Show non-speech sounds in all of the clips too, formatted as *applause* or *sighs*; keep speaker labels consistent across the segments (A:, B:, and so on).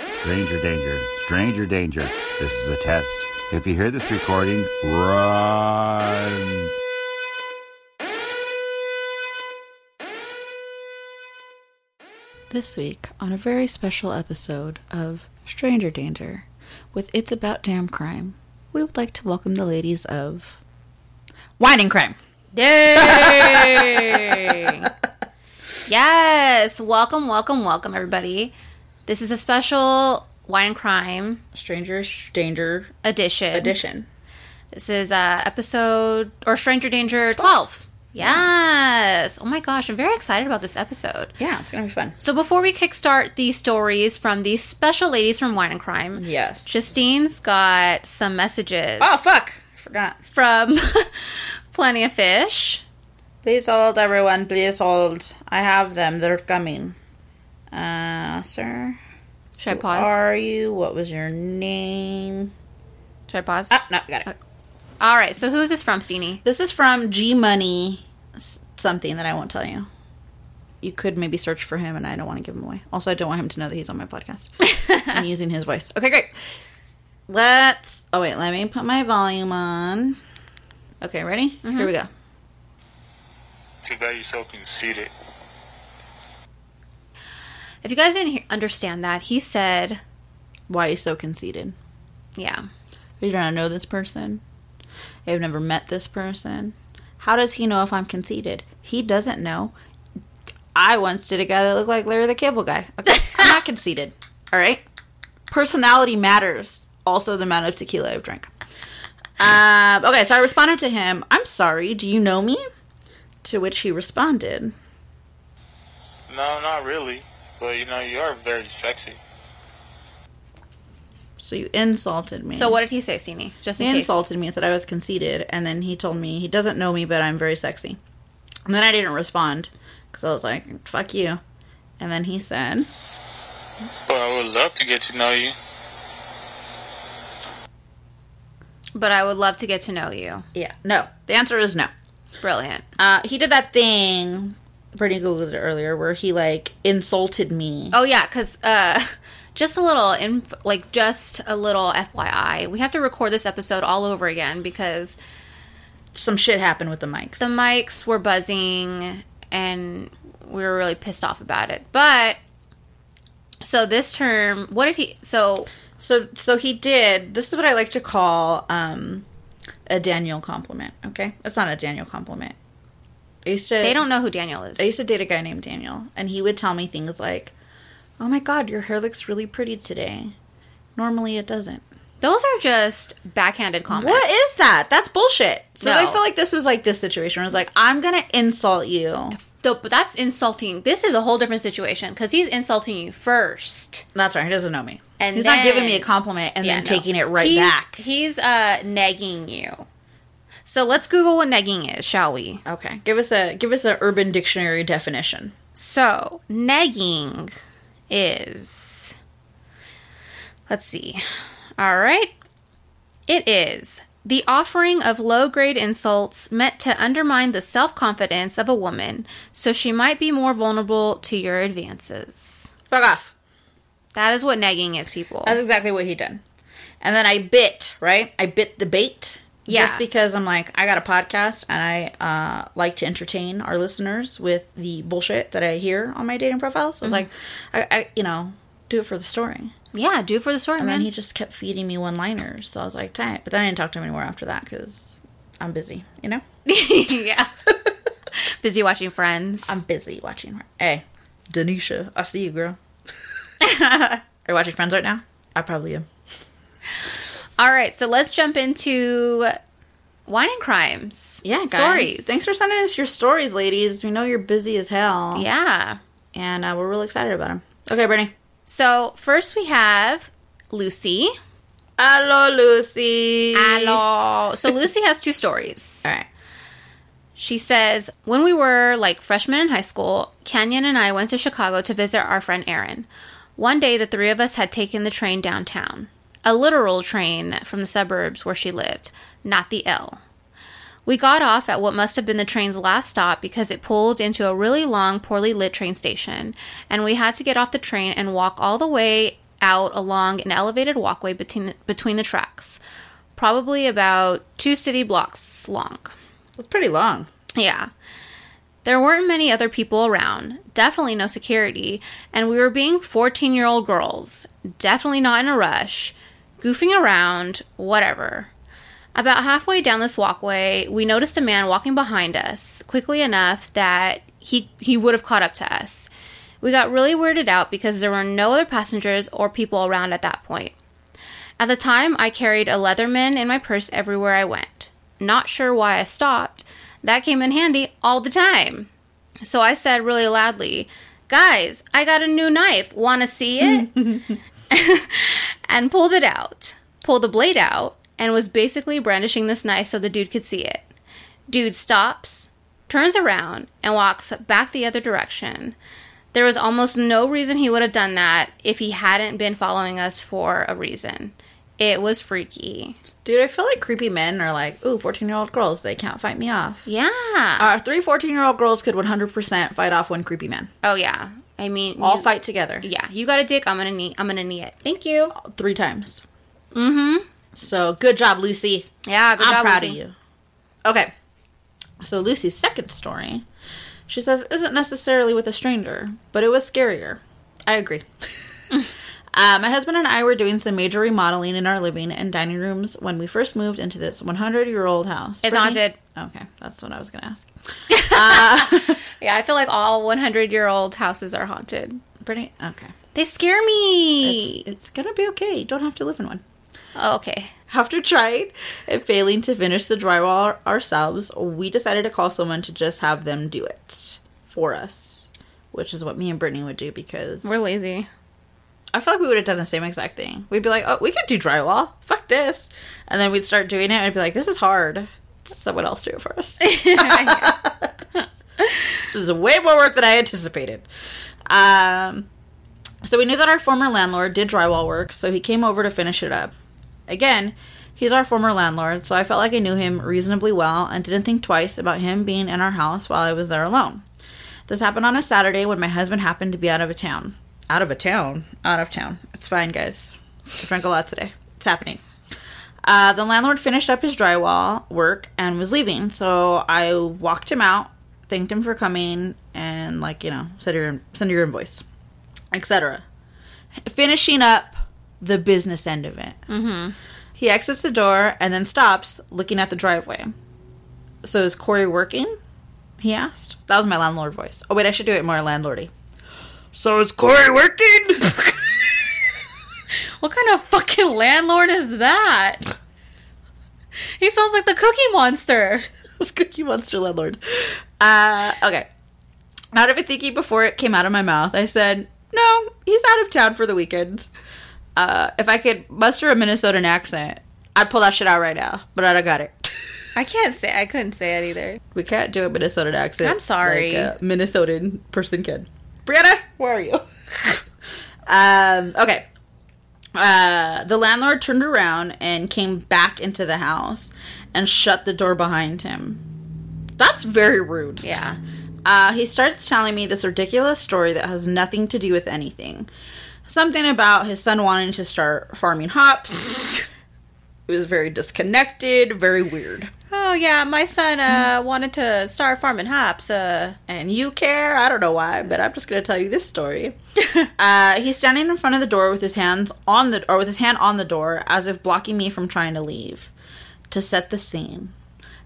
A: Stranger danger, stranger danger. This is a test. If you hear this recording, run.
B: This week, on a very special episode of Stranger Danger with It's About Damn Crime, we would like to welcome the ladies of Whining Crime.
C: Yay! *laughs* yes, welcome, welcome, welcome, everybody. This is a special wine and crime
B: Stranger Danger
C: edition.
B: Edition.
C: This is uh, episode or Stranger Danger twelve. Yes. Oh my gosh, I'm very excited about this episode.
B: Yeah, it's going to be fun.
C: So before we kickstart the stories from these special ladies from Wine and Crime,
B: Yes.
C: Justine's got some messages
B: Oh, fuck! I forgot.
C: from *laughs* Plenty of Fish.
B: Please hold, everyone. Please hold. I have them. They're coming. Uh, sir?
C: Should I
B: who
C: pause?
B: Are you? What was your name?
C: Should I pause?
B: Ah, no, got it.
C: All right. So who is this from, Steenie?
B: This is from G Money, s- something that I won't tell you. You could maybe search for him, and I don't want to give him away. Also, I don't want him to know that he's on my podcast. I'm using his voice. Okay, great. Let's. Oh, wait, let me put my volume on. Okay, ready? Here we go.
D: Too bad you're so conceited.
C: If you guys didn't hear, understand that, he said,
B: Why are you so conceited?
C: yeah.
B: You don't know this person. You've never met this person. How does he know if I'm conceited? He doesn't know. I once did a guy that looked like Larry the Cable Guy.
C: *laughs*
B: Okay, I'm not conceited. All right. Personality matters. Also, the amount of tequila I've drank. Um, okay, so I responded to him. I'm sorry. Do you know me? To which he responded,
D: No, not really. But you know, you are very sexy.
B: "So you insulted me."
C: So what did he say, Steenie? Just in
B: he
C: case.
B: insulted me and said I was conceited, and then he told me he doesn't know me, but I'm very sexy. And then I didn't respond because I was like, "Fuck you." And then he said,
D: But I would love to get to know you.
C: But I would love to get to know you.
B: "Yeah, no." The answer is no.
C: Brilliant.
B: Uh, he did that thing. Brittany googled it earlier, where he like insulted me.
C: Oh yeah, because uh, *laughs* just a little, inf- like just a little FYI, we have to record this episode all over again because
B: Some shit happened with the mics.
C: the mics were buzzing and we were really pissed off about it. But so this term, what did he? So
B: So so he did. This is what I like to call um a Daniel compliment. Okay, that's not a Daniel compliment. I used to.
C: they don't know who Daniel is.
B: I used to date a guy named Daniel, and he would tell me things like, "Oh my God, your hair looks really pretty today. Normally it doesn't."
C: Those are just backhanded comments.
B: What is that? That's bullshit. So
C: Oh No.
B: I feel like this was like this situation. I was like, "I'm gonna insult you."
C: Though, but that's insulting. This is a whole different situation because he's insulting you first.
B: That's right. He doesn't know me,
C: And
B: he's not
C: then-
B: giving me a compliment and then
C: no.
B: taking it right
C: He's-
B: back.
C: He's uh nagging you. So let's Google what nagging is, shall we?
B: Okay, give us a give us an Urban Dictionary definition.
C: So nagging is. Let's see. All right. It is the offering of low grade insults meant to undermine the self confidence of a woman so she might be more vulnerable to your advances.
B: Fuck off.
C: That is what nagging is, people.
B: That's exactly what he did. And then I bit, right? I bit the bait.
C: Yeah.
B: Just because I'm like, I got a podcast and I uh, like to entertain Mm-hmm. our listeners with the bullshit that I hear on my dating profiles. So I was like, I, I, you know, do it for the story.
C: Yeah, do it for the story,
B: And
C: man.
B: then he just kept feeding me one liners. So I was like, dang. But then I didn't talk to him anymore after that because I'm busy, you *laughs* know?
C: *laughs*
B: *laughs*
C: yeah. Busy watching Friends.
B: I'm busy watching her. Hey, Denisha, I see you, *laughs* girl. Are you watching Friends right now? I probably am.
C: All right, so let's jump into wine and crimes.
B: Yeah, guys.
C: stories.
B: Thanks for sending us your stories, ladies. We know you're busy as hell.
C: Yeah.
B: And uh, we're really excited about them. Okay, Brittany.
C: So first we have Lucy.
B: Hello, Lucy.
C: Hello. So Lucy has two stories.
B: Eh. All right.
C: She says, When we were like freshmen in high school, Kenyon and I went to Chicago to visit our friend Aaron. One day, the three of us had taken the train downtown, a literal train from the suburbs where she lived, not the L. We got off at what must have been the train's last stop because it pulled into a really long, poorly lit train station, and we had to get off the train and walk all the way out along an elevated walkway between the, between the tracks, probably about two city blocks long.
B: It's pretty long.
C: Yeah. There weren't many other people around, definitely no security, and we were being 14 year old girls, definitely not in a rush, goofing around, whatever. About halfway down this walkway, we noticed a man walking behind us quickly enough that he, he would have caught up to us. We got really weirded out because there were no other passengers or people around at that point. At the time, I carried a Leatherman in my purse everywhere I went. Not sure why I stopped. That came in handy all the time. So I said really loudly, Guys, I got a new knife. Want to see it? *laughs* and pulled it out, pulled the blade out, and was basically brandishing this knife so the dude could see it. Dude stops, turns around, and walks back the other direction. There was almost no reason he would have done that if he hadn't been following us for a reason. It was freaky.
B: Dude, I feel like creepy men are like, ooh, 14 year old girls, they can't fight me off.
C: Yeah. Uh,
B: Our three 14 year old girls could 100% fight off one creepy man.
C: oh yeah. I mean,
B: All
C: you-
B: fight together.
C: Yeah, you got a dick. I'm gonna knee. I'm gonna knee it. Thank you.
B: Three times. Mm
C: Mm-hmm.
B: hmm. So good job, Lucy.
C: Yeah, good
B: I'm
C: job,
B: proud
C: Lucy.
B: of you. Okay. So Lucy's second story, she says, isn't necessarily with a stranger, but it was scarier. I *laughs* agree. uh, my husband and I were doing some major remodeling in our living and dining rooms when we first moved into this 100 year old house.
C: It's
B: Brittany- Okay, that's what I was going to ask.
C: Yeah, I feel like all 100 year old houses are haunted.
B: Brittany, okay.
C: They scare me.
B: It's, it's going to be okay. You don't have to live in one.
C: Oh, okay.
B: After trying and failing to finish the drywall ourselves, we decided to call someone to just have them do it for us, which is what me and Brittany would do because
C: We're lazy.
B: I feel like we would have done the same exact thing. We'd be like, oh, we could do drywall. Fuck this. And then we'd start doing it and I'd be like, this is hard. Someone else do it for us. *laughs* this is way more work than I anticipated. Um, so we knew that our former landlord did drywall work, so he came over to finish it up. Again, he's our former landlord, so I felt like I knew him reasonably well and didn't think twice about him being in our house while I was there alone. This happened on a Saturday when my husband happened to be out of a town. Out of a town? Out of town. It's fine, guys. I drank a lot today. It's happening. Uh, the landlord finished up his drywall work and was leaving, so I walked him out, thanked him for coming, and like you know, send your send your invoice, etc. Finishing up the business end of it. Mm-hmm. He exits the door and then stops, looking at the driveway. So is Corey working? He asked. That was my landlord voice. Oh wait, I should do it more landlordy. So is Corey working?
C: *laughs* What kind of fucking landlord is that? *laughs* He sounds like the Cookie Monster.
B: *laughs* this Cookie Monster landlord. Uh, okay. Out of it thinking before it came out of my mouth, I said, No, he's out of town for the weekend. Uh, if I could muster a Minnesotan accent, I'd pull that shit out right now, but I don't got it. *laughs*
C: I can't say. I couldn't say it either.
B: We can't do a Minnesotan accent.
C: I'm sorry.
B: Like a Minnesotan person can. Brianna, where are you? *laughs* um, okay. Uh, the landlord turned around and came back into the house and shut the door behind him. That's very rude.
C: Yeah.
B: Uh, he starts telling me this ridiculous story that has nothing to do with anything. Something about his son wanting to *laughs* start farming hops. it was very disconnected, very weird.
C: Oh, yeah, my son uh,
B: Mm-hmm.
C: wanted to start farming hops. Uh,
B: and you care. I don't know why, but I'm just gonna tell you this story. uh, he's standing in front of the door with his hands on the or with his hand on the door, as if blocking me from trying to leave. To set the scene,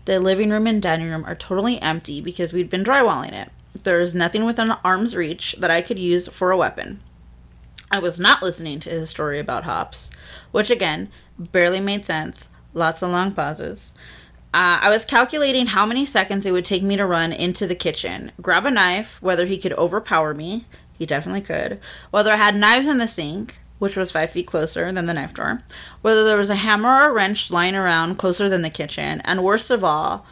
B: the living room and dining room are totally empty because we'd been drywalling it. There is nothing within arm's reach that I could use for a weapon. I was not listening to his story about hops, which again barely made sense. Lots of long pauses. Uh, I was calculating how many seconds it would take me to run into the kitchen, grab a knife, whether he could overpower me. He definitely could. Whether I had knives in the sink, which was five feet closer than the knife drawer, whether there was a hammer or wrench lying around closer than the kitchen, and worst of all,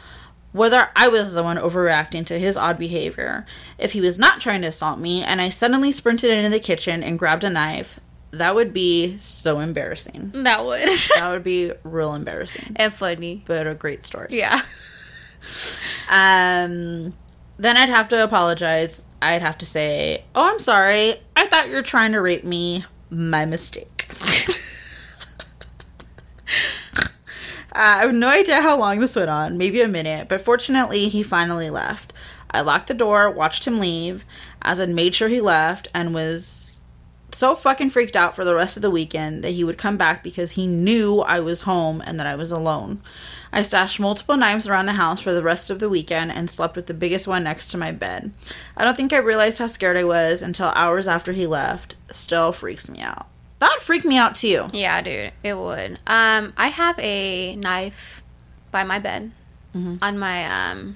B: whether I was the one overreacting to his odd behavior. If he was not trying to assault me and I suddenly sprinted into the kitchen and grabbed a knife, that would be so embarrassing.
C: that would. *laughs*
B: That would be real embarrassing,
C: and funny.
B: but a great story.
C: Yeah.
B: Um, then I'd have to apologize. I'd have to say, "Oh, I'm sorry. I thought you were trying to rape me. My mistake." *laughs* Uh, I have no idea how long this went on, maybe a minute, but fortunately, he finally left. I locked the door, watched him leave, as I'd made sure he left, and was so fucking freaked out for the rest of the weekend that he would come back because he knew I was home and that I was alone. I stashed multiple knives around the house for the rest of the weekend and slept with the biggest one next to my bed. I don't think I realized how scared I was until hours after he left. Still freaks me out. That freaked me out too.
C: Yeah, dude, it would. Um, I have a knife by my bed
B: Mm-hmm.
C: on my um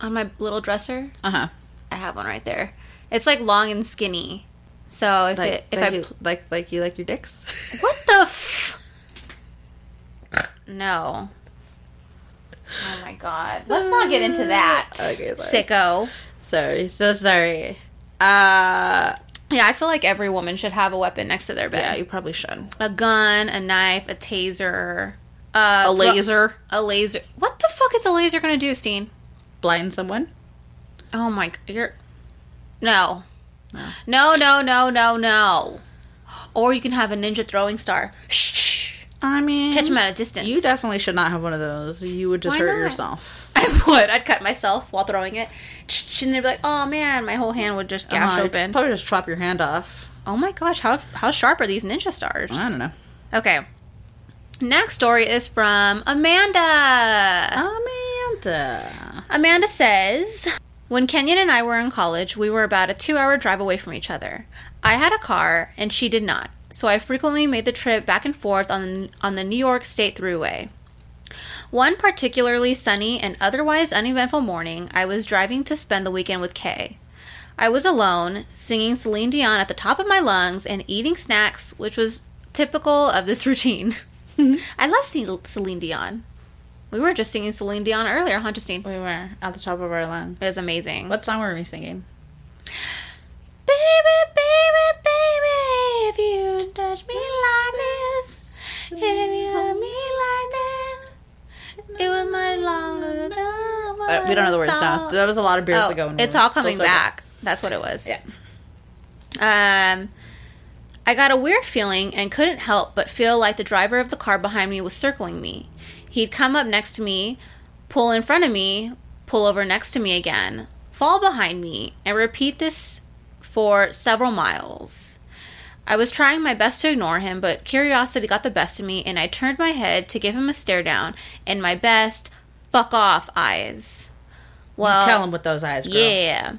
C: on my little dresser.
B: Uh huh.
C: I have one right there. It's like long and skinny. So if
B: Like,
C: it if
B: like
C: I
B: you,
C: pl-
B: like like you like your dicks.
C: *laughs* what the f- no. Oh my god. Let's not get into that.
B: *sighs* Okay, sorry.
C: Sicko.
B: sorry, so sorry. Uh,
C: Yeah, I feel like every woman should have a weapon next to their
B: yeah,
C: bed.
B: you probably should.
C: A gun, a knife, a taser, uh,
B: A
C: thro-
B: laser
C: a laser. What the fuck is a laser gonna do, Steen?
B: blind someone.
C: Oh my, g- you're no, no, no, no, no, no. Or you can have a ninja throwing star. Shh, shh.
B: I mean,
C: Catch him at a distance.
B: Mm-hmm. You definitely should not have one of those. You would just
C: Why
B: hurt
C: not?
B: yourself.
C: *laughs* I would. I'd cut myself while throwing it. Shh, shh, and they'd be like, "Oh man, my whole hand would just gash
B: Uh,
C: open."
B: Probably just chop your hand off.
C: oh my gosh, how how sharp are these ninja stars?
B: I don't know.
C: Okay. Next story is from Amanda.
B: Oh. Amanda.
C: Amanda says, When Kenyon and I were in college, we were about a two hour drive away from each other. I had a car, and she did not, so I frequently made the trip back and forth on, on the New York State Thruway. One particularly sunny and otherwise uneventful morning, I was driving to spend the weekend with Kay. I was alone, singing Celine Dion at the top of my lungs and eating snacks, which was typical of this *laughs* routine. I love Ce- Celine Dion. We were just singing Celine Dion earlier, huh, Justine?
B: We were at the top of our lungs.
C: It was amazing.
B: What song were we singing?
C: Baby, baby, baby, if you touch me like this, and if you hug me like that, it was much longer than
B: Uh, we don't know the words now. That was a lot of beers
C: Oh,
B: ago. when we
C: it's
B: were
C: all
B: still
C: coming
B: sober.
C: back. That's what it was.
B: Yeah.
C: Um, I got a weird feeling and couldn't help but feel like the driver of the car behind me was circling me. He'd come up next to me, pull in front of me, pull over next to me again, fall behind me, and repeat this for several miles. I was trying my best to ignore him, but curiosity got the best of me, and I turned my head to give him a stare down in my best fuck off eyes. Well,
B: Tell him with those eyes, girl.
C: yeah.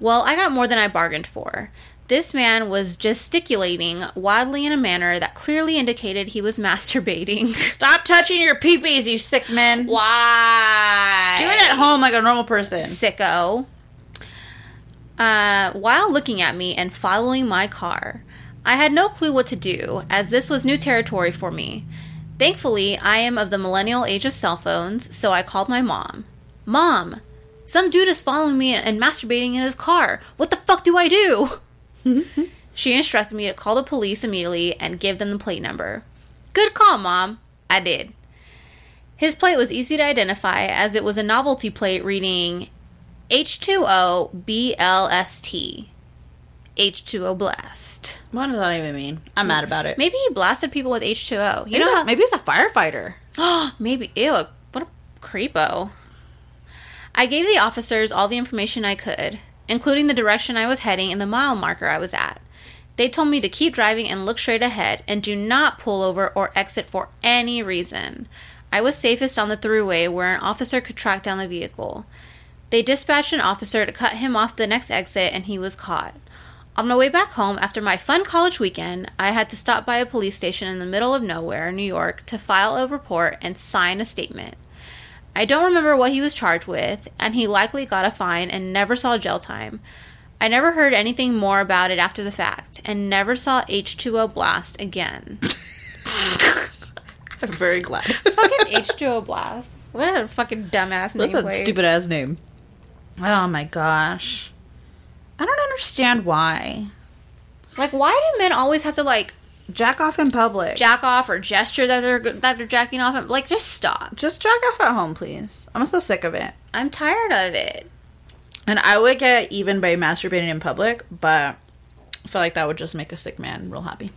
C: Well, I got more than I bargained for. This man was gesticulating wildly in a manner that clearly indicated he was *laughs* masturbating.
B: Stop touching your peepees, you sick man.
C: Why?
B: Do it at home like a normal person.
C: sicko. Uh, while looking at me and following my car, I had no clue what to do, as this was new territory for me. Thankfully, I am of the millennial age of cell phones, so I called my mom. Mom, some dude is following me and masturbating in his car. What the fuck do I do? she instructed me to call the police immediately and give them the plate number. Good call, Mom. I did. His plate was easy to identify as it was a novelty plate reading H2OBLST. H2O blast.
B: What does that even mean? I'm mad about it.
C: Maybe he blasted people with H2O. You
B: Maybe
C: know
B: it's a-
C: how? *gasps*
B: maybe it's a firefighter.
C: Maybe. Ew. What a creepo. I gave the officers all the information I could, including the direction I was heading and the mile marker I was at. They told me to keep driving and look straight ahead and do not pull over or exit for any reason. I was safest on the thruway where an officer could track down the vehicle. They dispatched an officer to cut him off the next exit and he was caught. On my way back home after my fun college weekend, I had to stop by a police station in the middle of nowhere, New York, to file a report and sign a statement. I don't remember what he was charged with, and he likely got a fine and never saw jail time. I never heard anything more about it after the fact, and never saw H2O Blast again.
B: *laughs* I'm very *laughs* glad.
C: *laughs* fucking H2O Blast. What a fucking dumbass
B: That's
C: name.
B: a stupid ass name. Oh my gosh. I don't understand why.
C: Like, why do men always have to, like,
B: Jack off in public.
C: jack off or gesture that they're that they're jacking off. and Like, just stop.
B: Just jack off at home, please. I'm so sick of it.
C: I'm tired of it.
B: And I would get even by masturbating in public, but I feel like that would just make a sick man real happy.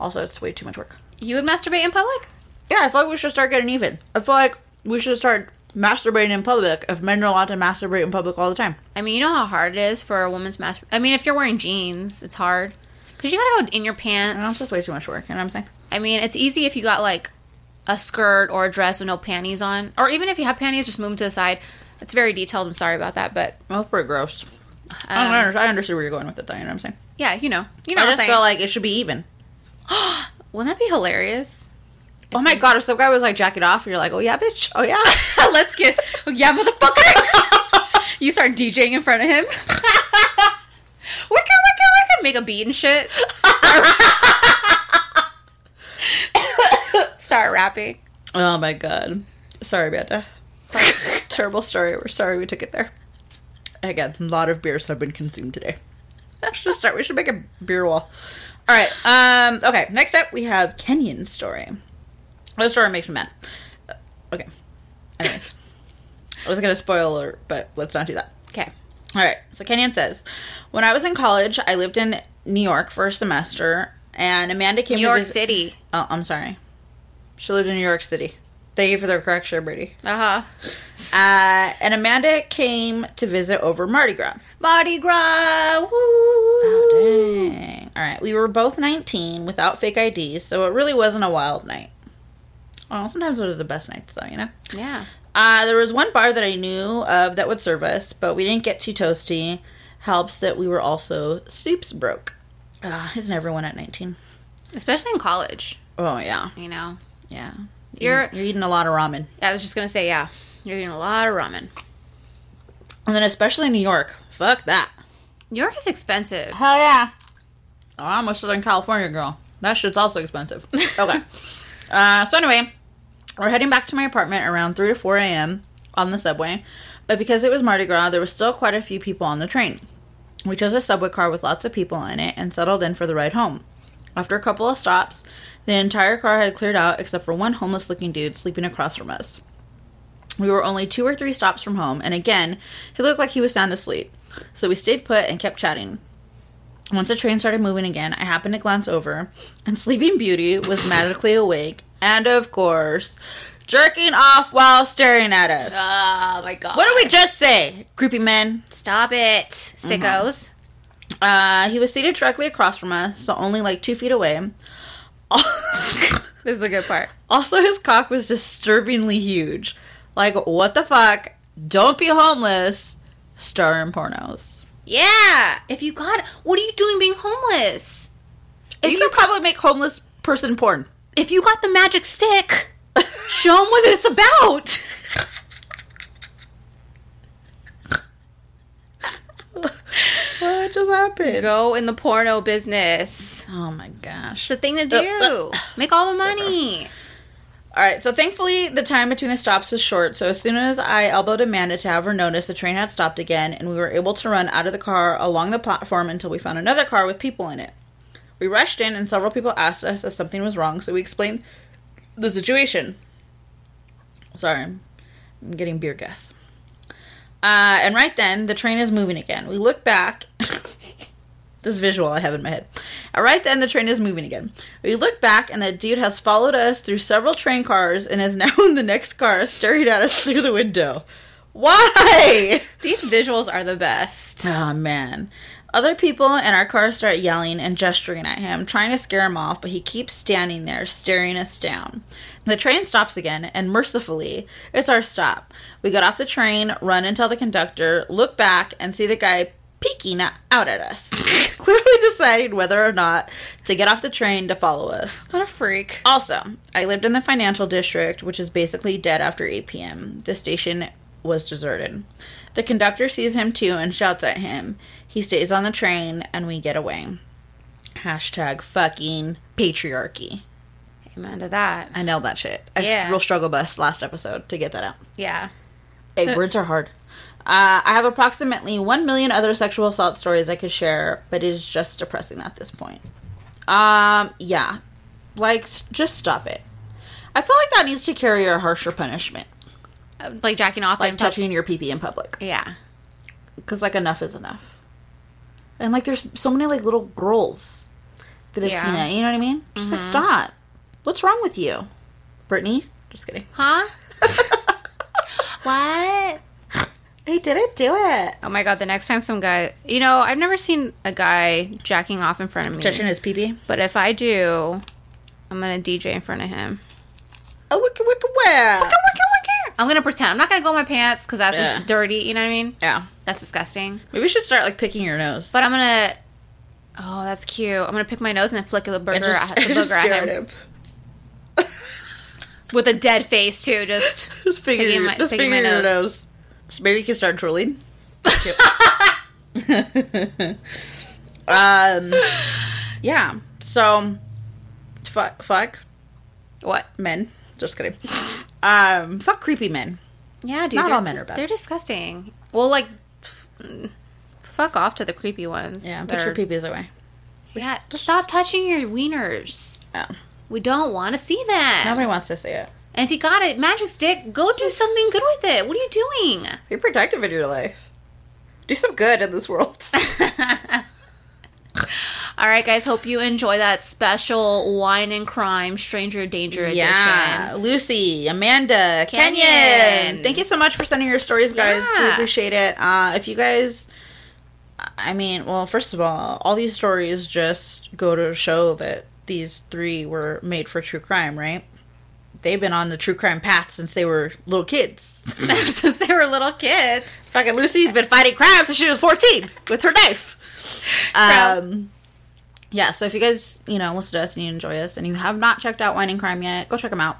B: Also, it's way too much work.
C: You would masturbate in public?
B: Yeah, I feel like we should start getting even. I feel like we should start masturbating in public if men are allowed to masturbate in public all the time.
C: I mean, you know how hard it is for a woman's master. I mean, if you're wearing jeans, it's hard because you gotta go in
B: I
C: your
B: know, it's
C: pants.
B: just way too much work, you know what I'm saying?
C: I mean, it's easy if you got like a skirt or a dress and no panties on, or even if you have panties, just move them to the side. It's very detailed. I'm sorry about that, but
B: Well, it's pretty gross. I don't understand. I understand where you're going with it, though, you know what I'm saying?
C: yeah, you know, Um, you know
B: I
C: what I'm
B: just
C: saying.
B: feel like it should be even.
C: Wouldn't that be hilarious?
B: Oh my god, if some guy was like jack it off, and you're like, oh yeah, bitch, oh yeah.
C: *laughs* Let's get oh, yeah, motherfucker. *laughs* you start DJing in front of him. *laughs* wicker, wicker, wicker. Make a beat and shit. Start, *coughs* start rapping.
B: oh my god. Sorry *laughs* about that. Terrible story. We're sorry we took it there. Again, a lot of beers have been consumed today. *laughs* We should start. We should make a beer wall. All right. Um. Okay. Next up, we have Kenyon's story. This story makes me mad. Uh, Okay. Anyways, I was gonna spoil her, but let's not do that.
C: Okay.
B: All right. So Kenyon says, when I was in college, I lived in New York for a semester, and Amanda came.
C: New
B: to
C: York
B: visit-
C: City.
B: Oh, I'm sorry. She lived in New York City. Thank you for the correction,
C: *laughs*
B: Brady.
C: Uh huh.
B: Uh, and Amanda came to visit over Mardi Gras.
C: Mardi Gras. Oh, Woo.
B: Oh, dang. All right. We were both 19 without fake IDs, so it really wasn't a wild night. Oh, sometimes those are the best nights, though, you know?
C: Yeah.
B: Uh, there was one bar that I knew of that would serve us, but we didn't get too toasty. Helps that we were also soups broke. Uh, isn't everyone at 19?
C: Especially in college,
B: Oh, yeah.
C: you know.
B: Yeah.
C: You're.
B: You're eating a lot of ramen.
C: I was just gonna say, yeah. You're eating a lot of ramen.
B: And then, especially in New York. Fuck that.
C: New York is expensive.
B: Hell yeah. Oh, I'm a Southern California girl. That shit's also expensive. *laughs* Okay. uh, so anyway, we're heading back to my apartment around 3 to 4 a.m. on the subway. But because it was Mardi Gras, there was still quite a few people on the train. We chose a subway car with lots of people in it and settled in for the ride home. After a couple of stops, the entire car had cleared out except for one homeless looking dude sleeping across from us. We were only two or three stops from home, and again, he looked like he was sound asleep. So we stayed put and kept chatting. Once the train started moving again, I happened to glance over, and Sleeping Beauty was magically awake, and of course, jerking off while staring at us.
C: Oh my god.
B: what did we just say, creepy men?
C: Stop it, sickos.
B: Uh, he was seated directly across from us, so only like two feet away. *laughs*
C: This is the good part.
B: Also, his cock was disturbingly huge. Like, what the fuck? Don't be homeless. Star in pornos.
C: Yeah. If you got, what are you doing being homeless?
B: If you could probably make homeless person porn. *laughs*
C: If you got the magic stick, show them what it's about.
B: *laughs* What just happened?
C: Go in the porno business.
B: Oh my gosh.
C: It's the thing to do. Make all the money.
B: All right, so thankfully the time between the stops was short, so as soon as I elbowed Amanda to have her notice, the train had stopped again, and we were able to run out of the car along the platform until we found another car with people in it. We rushed in, and several people asked us if something was wrong, so we explained the situation. Sorry, I'm getting beer gas. Uh, *laughs* and right then, the train is moving again. We look back. this visual I have in my head. Alright then, the train is moving again. We look back, and that dude has followed us through several train cars and is *laughs* now in the next car, staring at us through the window. Why?
C: These visuals are the best.
B: Oh man. Other people in our car start yelling and gesturing at him, trying to scare him off, but he keeps standing there, staring us down. The train stops again, and mercifully, it's our stop. We get off the train, run and tell the conductor, look back, and see the guy peeking out at us, *laughs* clearly deciding whether or not to get off the train to follow us.
C: What a freak.
B: Also, I lived in the financial district, which is basically dead after 8 p.m. The station was deserted. The conductor sees him too and shouts at him. He stays on the train and we get away. Hashtag fucking patriarchy.
C: Amen to that.
B: I nailed that shit. I
C: Yeah.
B: real struggle bus last episode to get that out.
C: Yeah.
B: Hey, words are hard. Uh, I have approximately 1 million other sexual assault stories I could share, but it is just depressing at this point. Um, yeah. Like, s- just stop it. I feel like that needs to carry a harsher punishment.
C: Uh, Like jacking off
B: Like
C: in pub-
B: touching your pee-pee in public.
C: Yeah.
B: Because, like, enough is enough. And, like, there's so many, like, little girls that have
C: Yeah.
B: seen it. You know what I mean? Just, like, stop. What's wrong with you? Brittany? Just kidding.
C: Huh? what?
B: He didn't do it.
C: Oh my god, the next time some guy, you know, I've never seen a guy jacking off in front of me.
B: Touching his pee-pee.
C: But if I do, I'm going to DJ in front of him.
B: Oh, wicka, wicka, wow.
C: I'm going to pretend. I'm not going to go in my pants because that's
B: Yeah.
C: just dirty. You know what I mean?
B: Yeah.
C: That's disgusting.
B: Maybe we should start like picking your nose.
C: But I'm going to. Oh, that's cute. I'm gonna pick my nose and then flick the
B: And
C: burger,
B: just- *laughs*
C: at, the
B: and just
C: burger at
B: stare
C: him
B: at him.
C: with a dead face
B: *laughs*
C: too. Just
B: Just finger,
C: Picking
B: your-
C: my-
B: just
C: picking
B: finger
C: my
B: your
C: nose.
B: nose. So maybe you can start drooling. *laughs* um, yeah. So, fuck, fuck
C: what?
B: men. Just kidding. Um, fuck creepy men.
C: Yeah, dude.
B: Not
C: they're
B: all men
C: dis-
B: are bad.
C: They're disgusting. Well, like, f- mm, fuck off to the creepy ones.
B: put your peepees away.
C: Yeah, stop touching your wieners.
B: Oh.
C: We don't want to see that.
B: Nobody wants to see it.
C: and if you got it, magic stick, go do something good with it. What are you
B: *laughs*
C: doing?
B: Be protective in your life. Do some good in this *laughs* world.
C: All right, guys. Hope you enjoy that special wine and crime, stranger danger edition.
B: Yeah, Lucy, Amanda, Kenyon.
C: Kenyon.
B: Thank you so much for sending your stories, guys. We
C: Yeah.
B: appreciate it. Uh, if you guys, I mean, well, first of all, all these stories just go to show that these three were made for true crime, right? They've been on the true crime path since they were little kids. *laughs*
C: Since they were little kids,
B: Fucking Lucy's been fighting crime since she was 14 with her knife. Um, yeah, so if you guys, you know, listen to us and you enjoy us and you have not checked out Wine and Crime yet, go check them out.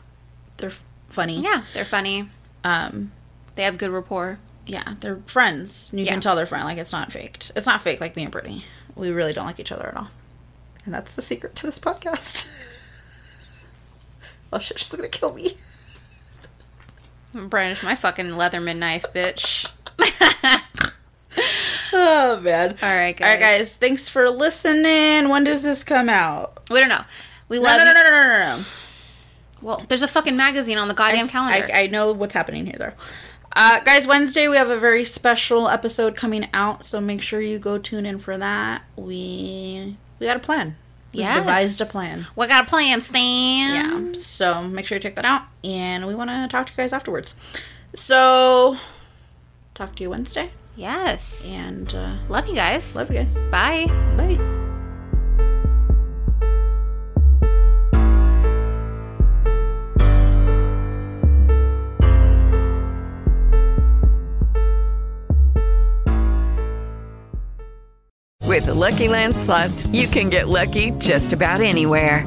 B: They're f- funny.
C: yeah, they're funny.
B: Um,
C: They have good rapport.
B: yeah, they're friends. You
C: Yeah.
B: can tell they're friends. Like, it's not faked. It's not fake like me and Brittany. We really don't like each other at all. And that's the secret to this podcast. *laughs* oh shit, she's gonna kill me.
C: Brandish my fucking Leatherman knife, bitch. *laughs*
B: Oh man.
C: All right, guys.
B: All right, guys. Thanks for listening. When does this come out?
C: We don't know. We
B: No,
C: love
B: no, no,
C: you.
B: no, no, no, no.
C: Well, there's a fucking magazine on the goddamn
B: I,
C: calendar.
B: I, I know what's happening here, though. Uh, guys, Wednesday we have a very special episode coming out, so make sure you go tune in for that. We we got a plan. We
C: Yes.
B: devised a plan.
C: we got a plan, Stan.
B: Yeah. So make sure you check that out, and we want to talk to you guys afterwards. So talk to you Wednesday,
C: Yes.
B: and uh,
C: Love you guys.
B: love you guys.
C: Bye.
B: Bye.
E: With the Lucky Land slots, you can get lucky just about anywhere.